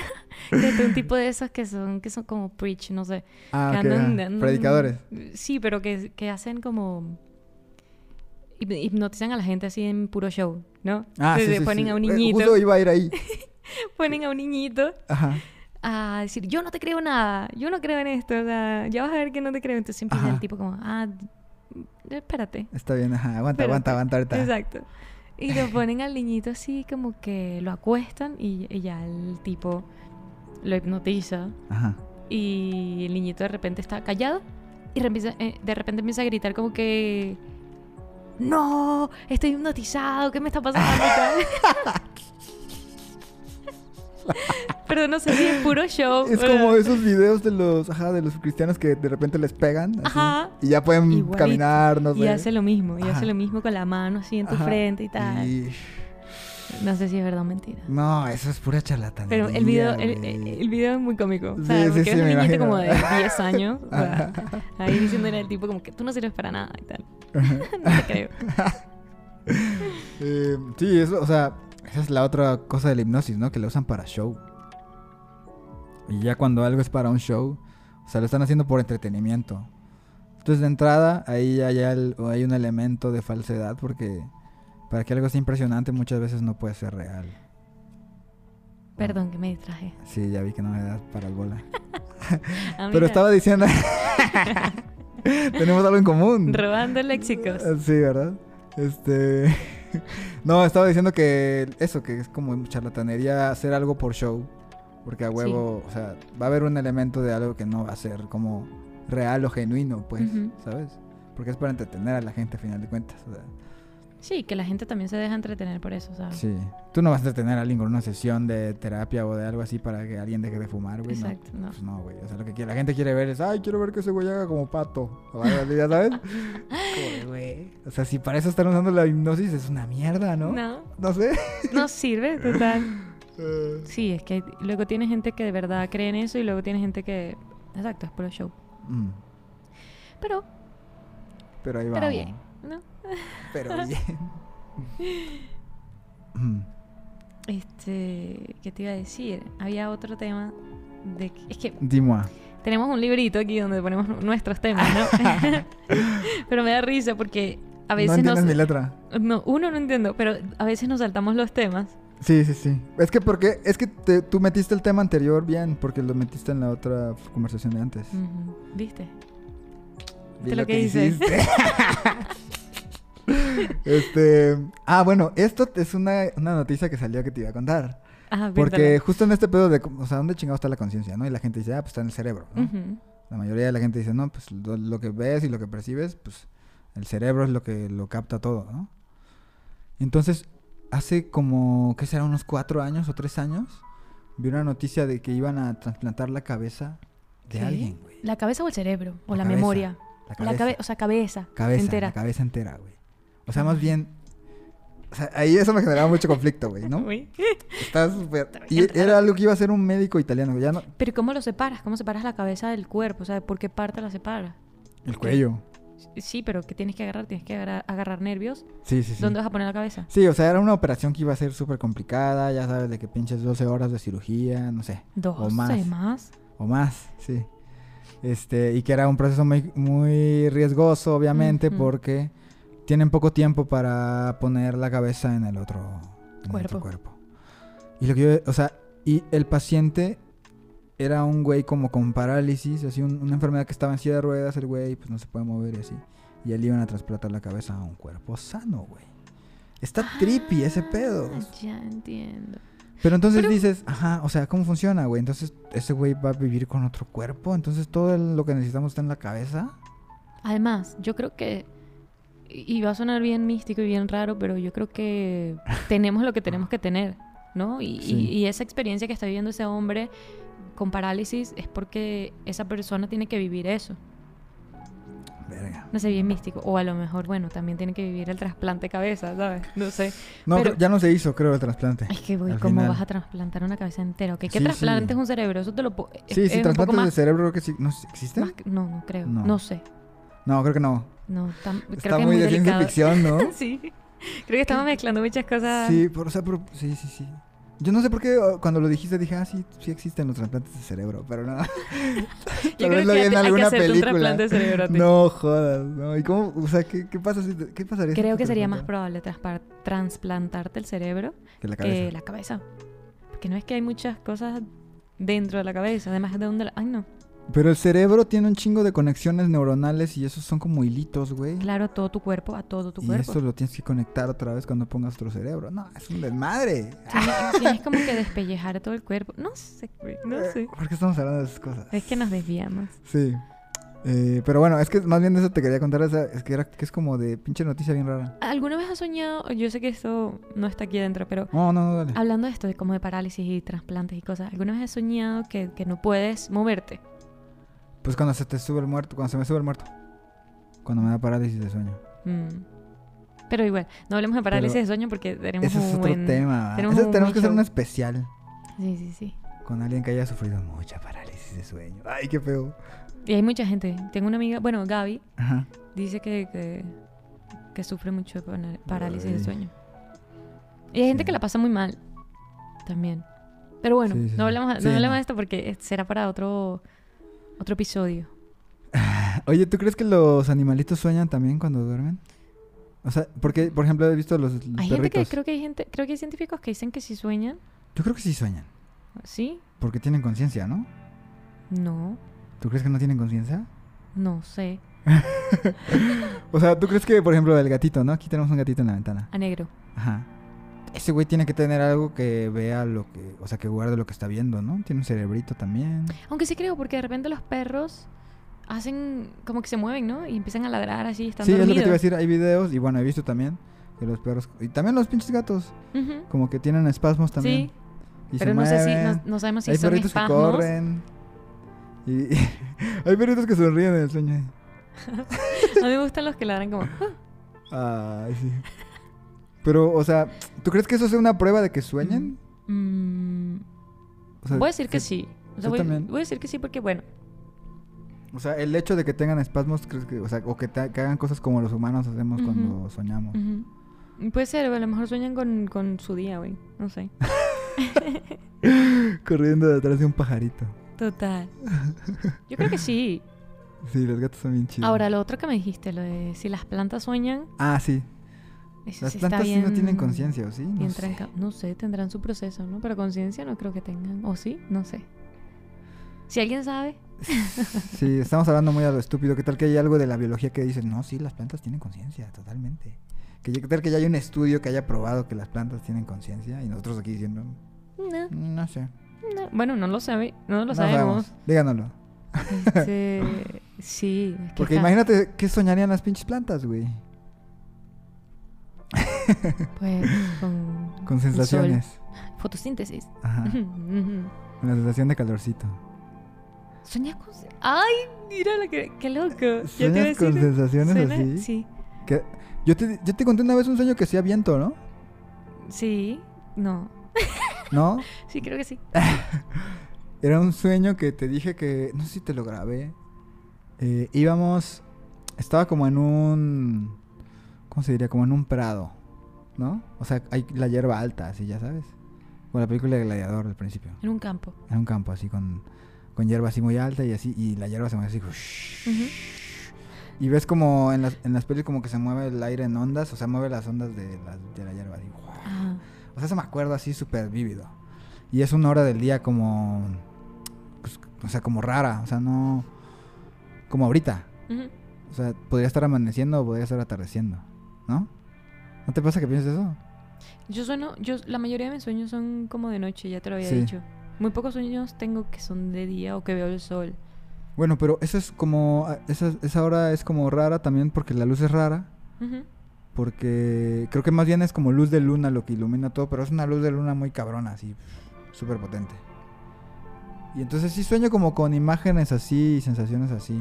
Speaker 2: de un tipo de esos que son, que son como preach, no sé.
Speaker 1: Ah,
Speaker 2: que
Speaker 1: ok,
Speaker 2: andan-
Speaker 1: ajá.
Speaker 2: andan-
Speaker 1: Predicadores.
Speaker 2: Sí, pero que, que hacen como... hip- Hipnotizan a la gente así en puro show, ¿no?
Speaker 1: Ah, sí,
Speaker 2: Entonces,
Speaker 1: sí,
Speaker 2: ponen
Speaker 1: sí.
Speaker 2: a un
Speaker 1: Eh,
Speaker 2: niñito,
Speaker 1: Justo iba a ir ahí.
Speaker 2: ponen a un niñito
Speaker 1: Ajá.
Speaker 2: a decir, yo no te creo nada, yo no creo en esto, o sea, ya vas a ver que no te creo. Entonces empieza
Speaker 1: Ajá.
Speaker 2: el tipo como, ah, espérate.
Speaker 1: Está bien, ajá. Aguanta, aguanta,
Speaker 2: espérate".
Speaker 1: aguanta ahorita.
Speaker 2: Exacto. Y lo ponen al niñito así como que lo acuestan y, y ya el tipo lo hipnotiza
Speaker 1: Ajá.
Speaker 2: y el niñito de repente está callado y reempieza- eh, de repente empieza a gritar como que no estoy hipnotizado qué me está pasando Y tal. pero no sé si es puro show eh,
Speaker 1: Es
Speaker 2: ¿verdad?
Speaker 1: como esos videos de los, ajá, de los cristianos que de repente les pegan así,
Speaker 2: Ajá.
Speaker 1: y ya pueden
Speaker 2: Igualito.
Speaker 1: caminar, no sé.
Speaker 2: y hace lo mismo y
Speaker 1: Ajá.
Speaker 2: hace lo mismo con la mano así en tu
Speaker 1: Ajá.
Speaker 2: frente y tal
Speaker 1: Y-
Speaker 2: no sé si es verdad o mentira
Speaker 1: No, eso es pura charlatanería.
Speaker 2: pero el video el,
Speaker 1: güey.
Speaker 2: el video es muy cómico o
Speaker 1: Sí,
Speaker 2: sea,
Speaker 1: sí,
Speaker 2: porque
Speaker 1: sí,
Speaker 2: es un
Speaker 1: me
Speaker 2: niñito
Speaker 1: imagino.
Speaker 2: como de 10 años o sea,
Speaker 1: Ajá.
Speaker 2: ahí diciéndole al tipo como que tú no sirves para nada y tal no te creo
Speaker 1: Eh, sí, eso, o sea, esa es la otra cosa de la hipnosis, ¿no? Que la usan para show. Y ya cuando algo es para un show, o sea, lo están haciendo por entretenimiento. Entonces, de entrada, ahí ya hay, al- o hay un elemento de falsedad porque para que algo sea impresionante muchas veces no puede ser real.
Speaker 2: Perdón que me distraje.
Speaker 1: Sí, ya vi que no me das para el bola.
Speaker 2: Ah,
Speaker 1: Pero
Speaker 2: mira,
Speaker 1: estaba diciendo... Tenemos algo en común.
Speaker 2: Robando léxicos.
Speaker 1: Eh, Sí, ¿verdad? Este. no, estaba diciendo que eso, que es como charlatanería hacer algo por show. Porque a huevo, o sea, va a haber un elemento de algo que no va a ser como real o genuino, pues,
Speaker 2: Ujú.
Speaker 1: ¿sabes? Porque es para entretener a la gente a final de cuentas. o sea,
Speaker 2: Sí, que la gente también se deja entretener por eso, ¿sabes?
Speaker 1: sí. Tú no vas a entretener a alguien con una sesión de terapia o de algo así para que alguien deje de fumar, güey. No,
Speaker 2: Exacto, no.
Speaker 1: pues no, güey. O sea, lo que quiere- la gente quiere ver es, ay, quiero ver que ese güey haga como pato. O algo así, ¿ya sabes? Como de, güey. O sea, si para eso están usando la hipnosis, es una mierda, ¿no?
Speaker 2: ¿No? no,
Speaker 1: No sé.
Speaker 2: sirve, total. Sí, es que luego tiene gente que de verdad cree en eso y luego tiene gente que. Exacto, es puro show.
Speaker 1: Mm,
Speaker 2: Pero,
Speaker 1: Pero ahí va.
Speaker 2: pero bien, ¿no?
Speaker 1: Pero bien. Mm,
Speaker 2: Este. ¿Qué te iba a decir? Había otro tema de. que- Es que
Speaker 1: Dimoa.
Speaker 2: tenemos un librito aquí donde ponemos nuestros temas, ¿no? pero me da risa porque a
Speaker 1: no
Speaker 2: veces
Speaker 1: entiendes
Speaker 2: nos.
Speaker 1: mi letra.
Speaker 2: No, uno no entiendo, pero a veces nos saltamos los temas.
Speaker 1: Sí, sí, sí. Es que porque es que te- tú metiste el tema anterior bien, porque lo metiste en la otra conversación de antes.
Speaker 2: Ujú, ¿Viste?
Speaker 1: Vi
Speaker 2: Te lo que hice.
Speaker 1: hiciste. este, ah, bueno, esto es una, una noticia que salió que te iba a contar.
Speaker 2: Ajá,
Speaker 1: Porque
Speaker 2: cuéntalo.
Speaker 1: justo en este pedo de, cómo- o sea, ¿dónde chingado está la conciencia, no? Y la gente dice, ah, pues está en el cerebro, ¿no?
Speaker 2: Ujú,
Speaker 1: La mayoría de la gente dice, no, pues lo, lo que ves y lo que percibes, pues el cerebro es lo que lo capta todo, ¿no? Entonces, hace como, ¿qué será? Unos cuatro años o tres años, vi una noticia de que iban a trasplantar la cabeza de
Speaker 2: ¿Qué?
Speaker 1: alguien, güey.
Speaker 2: La cabeza o el cerebro, o
Speaker 1: La
Speaker 2: la,
Speaker 1: cabeza,
Speaker 2: memoria.
Speaker 1: La
Speaker 2: La cabe- o sea, cabeza,
Speaker 1: Cabeza,
Speaker 2: entera.
Speaker 1: la cabeza entera, güey. O sea, más bien... O sea, ahí eso me generaba mucho conflicto, güey, ¿no?
Speaker 2: Uy.
Speaker 1: Estaba súper...
Speaker 2: Está bien
Speaker 1: Y
Speaker 2: raro.
Speaker 1: era algo que iba a hacer un médico italiano, que ya no...
Speaker 2: Pero ¿cómo lo separas? ¿Cómo separas la cabeza del cuerpo? O sea, ¿por qué parte la separas?
Speaker 1: El cuello.
Speaker 2: Sí, pero ¿qué tienes que agarrar? ¿Tienes que agarrar, agarrar nervios?
Speaker 1: Sí, sí, sí.
Speaker 2: ¿Dónde vas a poner la cabeza?
Speaker 1: Sí, o sea, era una operación que iba a ser súper complicada, ya sabes, de que pinches 12 horas de cirugía, no sé,
Speaker 2: Dos
Speaker 1: más.
Speaker 2: más. más.
Speaker 1: o más, sí. Este, y que era un proceso muy, muy riesgoso, obviamente,
Speaker 2: Ujú.
Speaker 1: porque tienen poco tiempo para poner la cabeza en el otro en el
Speaker 2: Cuerpo.
Speaker 1: otro cuerpo. Y lo que yo, o sea, y el paciente era un güey como con parálisis, así un- una enfermedad que estaba en silla de ruedas, el güey pues no se puede mover y así. Y él iban a trasplantar la cabeza a un cuerpo sano, güey. Está trippy ese pedo.
Speaker 2: Ah, Ya entiendo.
Speaker 1: Pero entonces
Speaker 2: Pero-
Speaker 1: dices, ajá, o sea, ¿cómo funciona, güey? Entonces, ¿ese güey va a vivir con otro cuerpo? Entonces, ¿todo el- lo que necesitamos está en la cabeza?
Speaker 2: Además, yo creo que. Y y va a sonar bien místico y bien raro, pero yo creo que tenemos lo que tenemos que tener, ¿no? Y, y-
Speaker 1: Sí.
Speaker 2: y esa experiencia que está viviendo ese hombre con parálisis es porque esa persona tiene que vivir eso. no sé, bien místico. O a lo mejor, bueno, también tiene que vivir el trasplante de cabeza, ¿sabes? No sé.
Speaker 1: No,
Speaker 2: Pero-
Speaker 1: ya no se hizo, creo, el trasplante.
Speaker 2: Es que, güey,
Speaker 1: Al
Speaker 2: ¿cómo
Speaker 1: final.
Speaker 2: vas a trasplantar una cabeza entera? ¿O qué? ¿Qué
Speaker 1: Sí,
Speaker 2: trasplantes
Speaker 1: sí.
Speaker 2: un cerebro? Eso te lo puedo...
Speaker 1: Sí, sí, trasplantes de cerebro creo que sí. ¿No existe?
Speaker 2: más que- No, no creo.
Speaker 1: No.
Speaker 2: No, sé.
Speaker 1: No, creo que no.
Speaker 2: No, tam-
Speaker 1: Está
Speaker 2: creo que
Speaker 1: muy
Speaker 2: es muy
Speaker 1: de ciencia
Speaker 2: delicado.
Speaker 1: ficción, ¿no?
Speaker 2: sí. Creo que estamos mezclando muchas cosas.
Speaker 1: Sí, pero, o sea, pero- sí, sí, sí. Yo no sé por qué oh, cuando lo dijiste dije, ah, sí, sí existen los trasplantes de cerebro, pero no.
Speaker 2: Yo
Speaker 1: Tal
Speaker 2: creo
Speaker 1: vez
Speaker 2: que hay- hay que hacerte un
Speaker 1: película.
Speaker 2: trasplante de cerebro a ti.
Speaker 1: No jodas, no. ¿Y cómo? O sea, ¿qué, qué pasa si te- qué pasaría si
Speaker 2: Creo
Speaker 1: te
Speaker 2: que sería más
Speaker 1: trasplantan?
Speaker 2: probable traspar- trasplantarte el cerebro
Speaker 1: que la
Speaker 2: que
Speaker 1: cabeza.
Speaker 2: la cabeza. Porque no es que hay muchas cosas dentro de la cabeza, además de donde la... Ay, no.
Speaker 1: Pero el cerebro tiene un chingo de conexiones neuronales y esos son como hilitos, güey.
Speaker 2: Claro, a todo tu cuerpo, a todo tu
Speaker 1: y
Speaker 2: cuerpo.
Speaker 1: esto lo tienes que conectar otra vez cuando pongas otro cerebro. No, es un desmadre.
Speaker 2: Tienes, tienes como que despellejar todo el cuerpo. No sé, güey, no sé.
Speaker 1: ¿Por qué estamos hablando de esas cosas?
Speaker 2: Es que nos desviamos.
Speaker 1: Sí. Eh, pero bueno, es que más bien de eso te quería contar. esa- es, que era, que es como de pinche noticia bien rara.
Speaker 2: ¿Alguna vez has soñado? Yo sé que esto no está aquí adentro, pero
Speaker 1: No, no, no, dale.
Speaker 2: hablando de esto, de como de parálisis y trasplantes y cosas, ¿alguna vez has soñado que, que no puedes moverte?
Speaker 1: Pues cuando se te sube el muerto, cuando se me sube el muerto. Cuando me da parálisis de sueño.
Speaker 2: Mm. Pero igual, no hablemos de parálisis
Speaker 1: Pero
Speaker 2: de sueño porque tenemos
Speaker 1: Ese es
Speaker 2: un
Speaker 1: otro
Speaker 2: buen...
Speaker 1: tema. ¿va?
Speaker 2: tenemos
Speaker 1: Ese
Speaker 2: un
Speaker 1: tenemos
Speaker 2: buen
Speaker 1: que hacer un
Speaker 2: show.
Speaker 1: especial
Speaker 2: Sí, sí, sí.
Speaker 1: con alguien que haya sufrido mucha parálisis de sueño. Ay, qué feo.
Speaker 2: Y hay mucha gente. Tengo una amiga, bueno, Gaby,
Speaker 1: Ajá.
Speaker 2: dice que, que, que sufre mucho de pana- parálisis
Speaker 1: Ay.
Speaker 2: de sueño. Y hay gente
Speaker 1: Sí.
Speaker 2: que la pasa muy mal también. Pero bueno,
Speaker 1: Sí, sí, sí.
Speaker 2: no hablamos,
Speaker 1: Sí,
Speaker 2: no hablemos
Speaker 1: no.
Speaker 2: de esto porque será para otro, otro episodio.
Speaker 1: Oye, ¿tú crees que los animalitos sueñan también cuando duermen? O sea, porque, por ejemplo, he visto los, los
Speaker 2: Hay gente que
Speaker 1: perritos.
Speaker 2: creo que hay gente, creo que hay científicos que dicen que si sueñan,
Speaker 1: Yo creo que sí sueñan.
Speaker 2: ¿sí?
Speaker 1: Porque tienen conciencia, ¿no?
Speaker 2: No,
Speaker 1: ¿Tú crees que no tienen conciencia?
Speaker 2: no sé.
Speaker 1: O sea, ¿tú crees que, por ejemplo, el gatito, ¿no? Aquí tenemos un gatito en la ventana.
Speaker 2: A negro.
Speaker 1: Ajá. Ese güey tiene que tener algo que vea lo que, o sea, que guarde lo que está viendo, ¿no? Tiene un cerebrito también.
Speaker 2: Aunque sí creo porque de repente los perros hacen como que se mueven, ¿no? Y empiezan a ladrar así, están
Speaker 1: sí, es lo que
Speaker 2: dormidos.
Speaker 1: te iba a decir. Hay videos y bueno, he visto también que los perros y también los pinches gatos,
Speaker 2: Ujú.
Speaker 1: como que tienen espasmos también.
Speaker 2: Sí,
Speaker 1: y se
Speaker 2: pero no sé si,
Speaker 1: mueven.
Speaker 2: no, no sabemos si
Speaker 1: Hay
Speaker 2: son
Speaker 1: perritos que
Speaker 2: espasmos.
Speaker 1: corren. Y hay perritos que sonríen en el sueño.
Speaker 2: A mí me gustan los que ladran como. "Ah".
Speaker 1: Ay, sí. Pero, o sea, ¿tú crees que eso sea una prueba de que sueñen?
Speaker 2: Mm,
Speaker 1: O sea,
Speaker 2: voy a decir que
Speaker 1: se-
Speaker 2: sí. O sea,
Speaker 1: yo
Speaker 2: voy,
Speaker 1: también.
Speaker 2: voy a decir que sí porque, bueno,
Speaker 1: O sea, el hecho de que tengan espasmos, ¿crees que, o sea, o que, te- que hagan cosas como los humanos hacemos
Speaker 2: Ujú.
Speaker 1: cuando soñamos.
Speaker 2: ujú. puede ser, a lo mejor sueñan con, con su día, güey. No sé.
Speaker 1: Corriendo detrás de un pajarito.
Speaker 2: Total. Yo creo que sí.
Speaker 1: Sí, los gatos son bien chidos.
Speaker 2: Ahora, lo otro que me dijiste, lo de si las plantas sueñan,
Speaker 1: Ah, sí.
Speaker 2: eso
Speaker 1: Las
Speaker 2: sí está
Speaker 1: plantas sí no
Speaker 2: bien-
Speaker 1: tienen conciencia, ¿o sí? No
Speaker 2: bien
Speaker 1: sé.
Speaker 2: tranca- No sé, tendrán su proceso, ¿no? Pero conciencia no creo que tengan. ¿O sí? No sé. Si alguien sabe,
Speaker 1: Sí, estamos hablando muy a lo estúpido. ¿Qué tal que hay algo de la biología que dicen, no, sí, las plantas tienen conciencia, totalmente? ¿Qué ya- qué tal que ya hay un estudio que haya probado que las plantas tienen conciencia? Y nosotros aquí diciendo, "Mm,
Speaker 2: no,
Speaker 1: no sé.
Speaker 2: no. bueno, no lo sabe, no lo
Speaker 1: no
Speaker 2: sabemos.
Speaker 1: Díganoslo.
Speaker 2: Este, sí, es que
Speaker 1: Porque
Speaker 2: está-
Speaker 1: imagínate qué soñarían las pinches plantas, güey.
Speaker 2: Pues con,
Speaker 1: Con
Speaker 2: el sol.
Speaker 1: sensaciones. Ah.
Speaker 2: Fotosíntesis.
Speaker 1: Ajá.
Speaker 2: Ujú.
Speaker 1: Con la sensación de calorcito.
Speaker 2: Sueñas con. se- ¡Ay! Mira lo que. ¡Qué loco! Ya te iba a
Speaker 1: ¿Sueñas con
Speaker 2: decir.
Speaker 1: sensaciones
Speaker 2: suena-
Speaker 1: así?
Speaker 2: Sí.
Speaker 1: Que- yo, te, yo te conté una vez un sueño que hacía viento, ¿no?
Speaker 2: Sí. No.
Speaker 1: ¿No?
Speaker 2: Sí, creo que sí.
Speaker 1: Era un sueño que te dije que. No sé si te lo grabé. Eh, íbamos. Estaba como en un. ¿Cómo se diría? Como en un prado. ¿No? O sea, hay la hierba alta, así, ya sabes. Como la película de Gladiador al principio.
Speaker 2: En un campo.
Speaker 1: Era un campo así con, con hierba así muy alta y así. Y la hierba se mueve así. ¡ush! Y ves como en las, en las pelis como que se mueve el aire en ondas. O sea, mueve las ondas de la, de la hierba. así, ¡guau!
Speaker 2: Ajá.
Speaker 1: O sea, se me acuerdo así súper vívido. Y es una hora del día como... pues, o sea, como rara. O sea, no... Como ahorita.
Speaker 2: Ujú.
Speaker 1: O sea, podría estar amaneciendo o podría estar atardeciendo. ¿No? ¿No te pasa que piensas eso?
Speaker 2: Yo sueno. Yo, la mayoría de mis sueños son como de noche, ya te lo había
Speaker 1: Sí.
Speaker 2: dicho. Muy pocos sueños tengo que son de día o que veo el sol.
Speaker 1: Bueno, pero eso es como... ah, Esa, esa hora es como rara también porque la luz es rara.
Speaker 2: Ujú.
Speaker 1: Porque creo que más bien es como luz de luna lo que ilumina todo, pero es una luz de luna muy cabrona, así, súper potente. Y entonces sí sueño como con imágenes así y sensaciones así,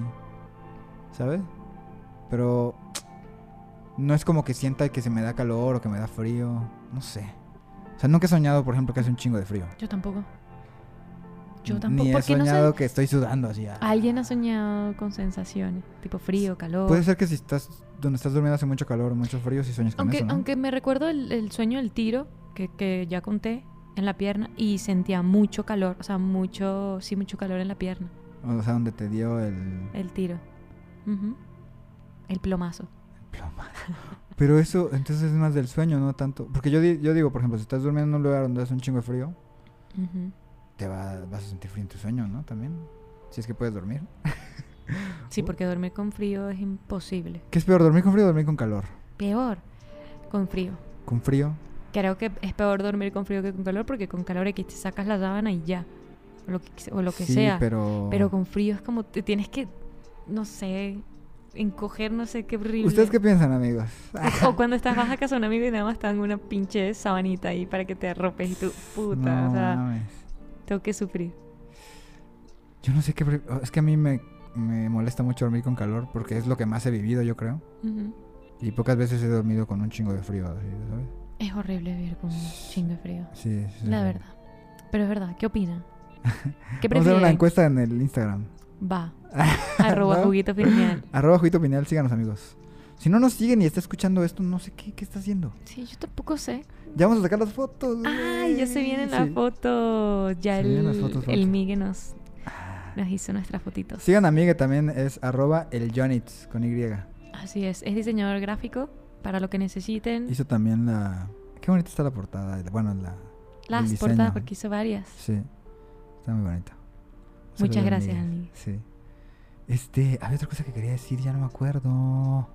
Speaker 1: ¿sabes? Pero no es como que sienta que se me da calor o que me da frío. No sé. O sea, nunca he soñado, por ejemplo, que hace un chingo de frío.
Speaker 2: Yo tampoco. Yo tampoco.
Speaker 1: Ni he
Speaker 2: ¿Por qué no sé?
Speaker 1: soñado que estoy sudando así. ah.
Speaker 2: Alguien ha soñado con sensaciones, tipo frío, calor.
Speaker 1: Puede ser que si estás donde estás durmiendo hace mucho calor, mucho frío, si sueñas con
Speaker 2: aunque,
Speaker 1: eso, ¿no?
Speaker 2: aunque me recuerdo el, el sueño del tiro, que, que ya conté, en la pierna, y sentía mucho calor, o sea, mucho, sí, mucho calor en la pierna,
Speaker 1: O sea, donde te dio el
Speaker 2: el tiro. Ujú. El plomazo.
Speaker 1: ploma. Pero eso entonces es más del sueño, no tanto. Porque yo, di- yo digo, por ejemplo, si estás durmiendo en un lugar donde hace un chingo de frío,
Speaker 2: Ujú.
Speaker 1: te va- vas a sentir frío en tu sueño, ¿no? También. Si es que puedes dormir.
Speaker 2: Sí, porque dormir con frío es imposible.
Speaker 1: ¿Qué es peor, dormir con frío o dormir con calor?
Speaker 2: Peor, con frío.
Speaker 1: Con frío.
Speaker 2: Creo que es peor dormir con frío que con calor, porque con calor aquí te sacas la sábana y ya. O lo que, o lo que
Speaker 1: sí,
Speaker 2: sea.
Speaker 1: Pero...
Speaker 2: Pero con frío es como te tienes que, no sé, encoger, no sé qué horrible.
Speaker 1: ¿Ustedes qué piensan, amigos? Ah,
Speaker 2: O cuando estás vas a casa de un amigo y nada más te dan una pinche sabanita ahí para que te arropes y tú, puta,
Speaker 1: No
Speaker 2: o sea,
Speaker 1: mames.
Speaker 2: tengo que sufrir.
Speaker 1: Yo no sé qué... pre- Es que a mí me, me molesta mucho dormir con calor porque es lo que más he vivido, yo creo.
Speaker 2: Ujú.
Speaker 1: Y pocas veces he dormido con un chingo de frío, así, ¿sabes?
Speaker 2: Es horrible vivir con un chingo de frío.
Speaker 1: Sí, sí,
Speaker 2: La
Speaker 1: sí.
Speaker 2: verdad. Pero es verdad, ¿qué opinan?
Speaker 1: Vamos a
Speaker 2: ¿Qué
Speaker 1: hacer una
Speaker 2: prefieren?
Speaker 1: encuesta en el Instagram.
Speaker 2: Va. Arroba
Speaker 1: ¿No?
Speaker 2: juguito final.
Speaker 1: Arroba Juito Pinal, síganos amigos. Si no nos siguen y está escuchando esto, no sé qué, qué está haciendo.
Speaker 2: Sí, yo tampoco sé.
Speaker 1: Ya vamos a sacar las fotos.
Speaker 2: Ay, ya se vienen
Speaker 1: la
Speaker 2: las fotos. Ya
Speaker 1: Se
Speaker 2: el,
Speaker 1: vienen las fotos
Speaker 2: el
Speaker 1: pronto.
Speaker 2: Migue nos,
Speaker 1: Ah.
Speaker 2: nos hizo nuestras fotitos.
Speaker 1: Sigan a Migue también, es arroba el Jonitz con Y.
Speaker 2: Así es, es diseñador gráfico para lo que necesiten.
Speaker 1: Hizo también la... Qué bonita está la portada. Bueno, la...
Speaker 2: Las
Speaker 1: diseño.
Speaker 2: portadas, porque hizo varias.
Speaker 1: Sí. Está muy bonita. Un
Speaker 2: Muchas
Speaker 1: saludo,
Speaker 2: gracias,
Speaker 1: Migue.
Speaker 2: Migue.
Speaker 1: Sí. Este, había otra cosa que quería decir, ya no me acuerdo.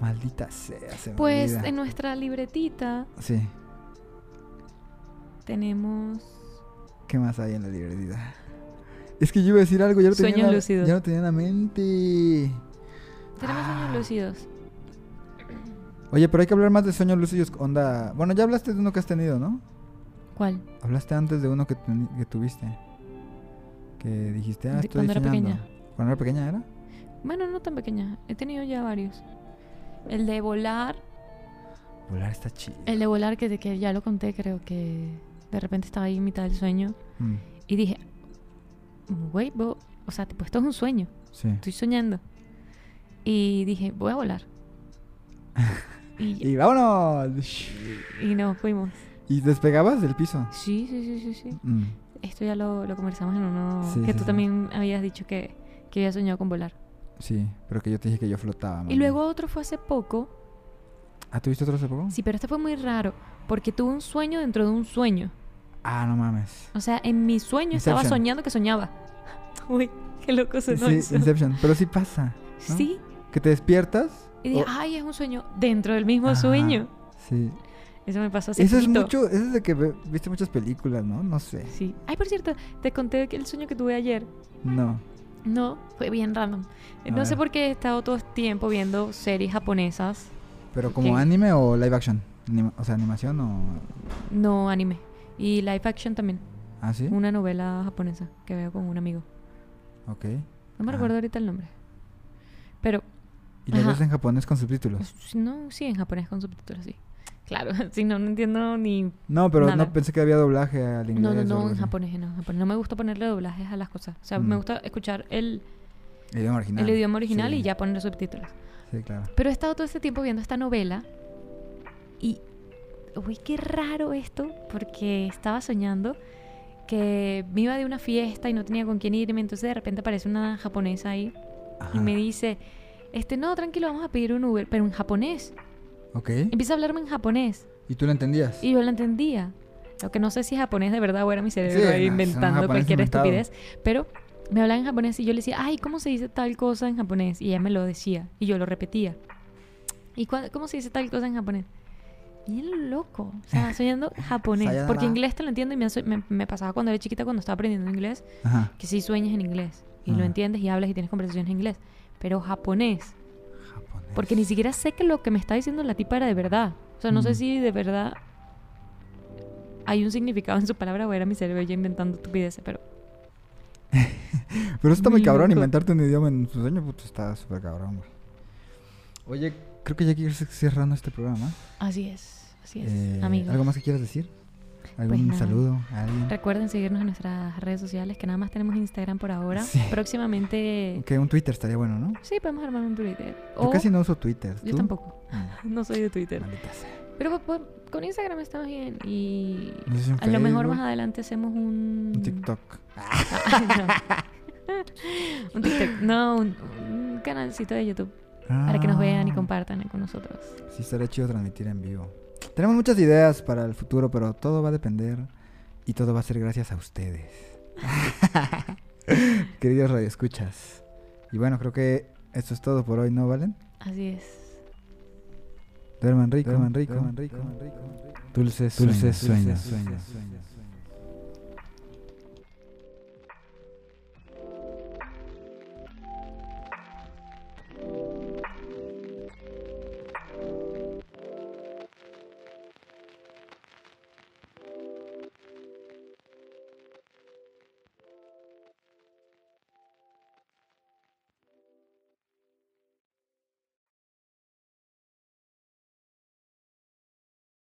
Speaker 1: Maldita sea, se me
Speaker 2: Pues
Speaker 1: olvida.
Speaker 2: en nuestra libretita
Speaker 1: Sí.
Speaker 2: tenemos
Speaker 1: ¿Qué más hay en la librería? Es que yo iba a decir algo, ya lo tenía,
Speaker 2: Sueños
Speaker 1: en la-
Speaker 2: lúcidos.
Speaker 1: ya lo tenía en la mente.
Speaker 2: tenemos
Speaker 1: Ah.
Speaker 2: sueños lúcidos.
Speaker 1: Oye, pero hay que hablar más de sueños lúcidos. Onda. Bueno, ya hablaste de uno que has tenido, ¿no?
Speaker 2: ¿Cuál?
Speaker 1: Hablaste antes de uno que, teni- que tuviste. Que dijiste, ah,
Speaker 2: De
Speaker 1: estoy
Speaker 2: cuando era
Speaker 1: soñando.
Speaker 2: pequeña.
Speaker 1: Cuando era pequeña era.
Speaker 2: Bueno, no tan pequeña. He tenido ya varios. El de volar,
Speaker 1: Volar está chido.
Speaker 2: el de volar que, que ya lo conté, creo que de repente estaba ahí en mitad del sueño
Speaker 1: Mm,
Speaker 2: y dije, güey, vo- o sea, tipo, esto es un sueño,
Speaker 1: sí.
Speaker 2: estoy soñando. Y dije, voy a volar. y,
Speaker 1: Y vámonos.
Speaker 2: y nos fuimos.
Speaker 1: Y despegabas del piso.
Speaker 2: Sí, sí, sí, sí, sí.
Speaker 1: Mm,
Speaker 2: Esto ya lo, lo conversamos en uno
Speaker 1: Sí,
Speaker 2: que
Speaker 1: sí,
Speaker 2: tú
Speaker 1: sí.
Speaker 2: también habías dicho que, que habías soñado con volar.
Speaker 1: sí, pero que yo te dije que yo flotaba. más
Speaker 2: Y
Speaker 1: bien.
Speaker 2: luego otro fue hace poco.
Speaker 1: ¿Ah, tuviste otro hace poco?
Speaker 2: Sí, pero este fue muy raro porque tuve un sueño dentro de un sueño.
Speaker 1: Ah, no mames.
Speaker 2: O sea, en mi sueño estaba
Speaker 1: Inception.
Speaker 2: soñando que soñaba. Uy, qué loco sonó
Speaker 1: sí,
Speaker 2: eso.
Speaker 1: Inception. Pero sí pasa. ¿no?
Speaker 2: Sí.
Speaker 1: Que te despiertas.
Speaker 2: Y dije,
Speaker 1: o-
Speaker 2: ay, es un sueño dentro del mismo
Speaker 1: Ajá,
Speaker 2: sueño.
Speaker 1: Sí.
Speaker 2: Eso me pasó hace
Speaker 1: Eso es
Speaker 2: poquito.
Speaker 1: mucho, eso es de que ve- viste muchas películas, ¿no? No sé.
Speaker 2: Sí. Ay, por cierto, te conté que el sueño que tuve ayer.
Speaker 1: No.
Speaker 2: No, fue bien random.
Speaker 1: A
Speaker 2: No sé
Speaker 1: ver.
Speaker 2: por qué he estado todo el tiempo viendo series japonesas.
Speaker 1: Pero como
Speaker 2: Ok.
Speaker 1: anime o live action. Anima- o sea, animación o
Speaker 2: No anime. Y live action también.
Speaker 1: ah, sí.
Speaker 2: Una novela japonesa que veo con un amigo.
Speaker 1: Ok.
Speaker 2: No me
Speaker 1: Ah.
Speaker 2: recuerdo ahorita el nombre. Pero
Speaker 1: Y la
Speaker 2: Ajá.
Speaker 1: ves en japonés con subtítulos.
Speaker 2: Pues, No, sí, en japonés con subtítulos, sí. Claro, si no, no entiendo ni...
Speaker 1: No, pero
Speaker 2: Nada.
Speaker 1: no pensé que había doblaje al inglés.
Speaker 2: No, no,
Speaker 1: o
Speaker 2: no,
Speaker 1: algo
Speaker 2: en
Speaker 1: así.
Speaker 2: japonés, no, en japonés. No me gusta ponerle doblajes a las cosas. O sea,
Speaker 1: Mm.
Speaker 2: me gusta escuchar el,
Speaker 1: El idioma
Speaker 2: el
Speaker 1: original.
Speaker 2: idioma original
Speaker 1: Sí,
Speaker 2: y ya ponerle subtítulos.
Speaker 1: Sí, claro.
Speaker 2: Pero he estado todo este tiempo viendo esta novela y... Uy, qué raro esto, porque estaba soñando que me iba de una fiesta y no tenía con quién irme, entonces de repente aparece una japonesa ahí
Speaker 1: Ajá.
Speaker 2: y me dice, este, no, tranquilo, vamos a pedir un Uber, pero en japonés.
Speaker 1: Ok.
Speaker 2: Empieza a hablarme en japonés.
Speaker 1: ¿Y tú lo entendías?
Speaker 2: Y yo la entendía. Lo que no sé si es japonés de verdad o era mi cerebro
Speaker 1: Sí,
Speaker 2: ahí
Speaker 1: no, es un
Speaker 2: inventando
Speaker 1: japonés
Speaker 2: cualquier
Speaker 1: inventado.
Speaker 2: estupidez. Pero me hablaba en japonés y yo le decía, ay, ¿cómo se dice tal cosa en japonés? Y ella me lo decía y yo lo repetía. ¿Y cuá- cómo se dice tal cosa en japonés? Bien loco. O sea, soñando japonés.
Speaker 1: Sayonara.
Speaker 2: Porque inglés te lo entiendo y me, hace- me- me pasaba cuando era chiquita, cuando estaba aprendiendo inglés,
Speaker 1: Ajá.
Speaker 2: que sí sueñas en inglés y lo
Speaker 1: Ajá.
Speaker 2: entiendes y hablas y tienes conversaciones en inglés. Pero japonés.
Speaker 1: Japonés.
Speaker 2: Porque ni siquiera sé que lo que me está diciendo la tipa era de verdad. O sea, no sé
Speaker 1: Ujú.
Speaker 2: si de verdad hay un significado en su palabra o era mi cerebro ya inventando estupideces, pero
Speaker 1: Pero eso está muy
Speaker 2: Muy
Speaker 1: cabrón,
Speaker 2: loco.
Speaker 1: inventarte un idioma en tu sueño, puto, está súper cabrón, güey. Oye, creo que ya quiero ir cerrando este programa.
Speaker 2: Así es, así es,
Speaker 1: Eh,
Speaker 2: amigos. Pues
Speaker 1: ¿Algo más que quieras decir? ¿Algún
Speaker 2: nada.
Speaker 1: saludo a alguien?
Speaker 2: Recuerden seguirnos en nuestras redes sociales, que nada más tenemos Instagram por ahora.
Speaker 1: Sí.
Speaker 2: Próximamente,
Speaker 1: Que un Twitter estaría bueno, ¿no?
Speaker 2: sí, podemos armar un Twitter.
Speaker 1: Yo
Speaker 2: O-
Speaker 1: casi no uso Twitter.
Speaker 2: Oh, yo
Speaker 1: ¿tú?
Speaker 2: tampoco,
Speaker 1: Ah,
Speaker 2: no soy de Twitter.
Speaker 1: maldita sea.
Speaker 2: Pero po- po- con Instagram estamos bien y
Speaker 1: No sé si en
Speaker 2: a lo mejor
Speaker 1: Facebook,
Speaker 2: más adelante hacemos un...
Speaker 1: un TikTok.
Speaker 2: No. un TikTok, no, un, un canalcito de YouTube para que nos vean y
Speaker 1: Ah.
Speaker 2: compartan con nosotros.
Speaker 1: Sí, estaría chido transmitir en vivo. Tenemos muchas ideas para el futuro, pero todo va a depender y todo va a ser gracias a ustedes. Queridos radioescuchas. Y bueno, creo que esto es todo por hoy, ¿no, Valen?
Speaker 2: Así es.
Speaker 1: Duerman rico, duerman rico,
Speaker 4: Duerman rico, duerman rico.
Speaker 1: Dulces,
Speaker 4: Dulces
Speaker 1: sueños,
Speaker 4: sueños,
Speaker 1: sueños,
Speaker 4: sueños.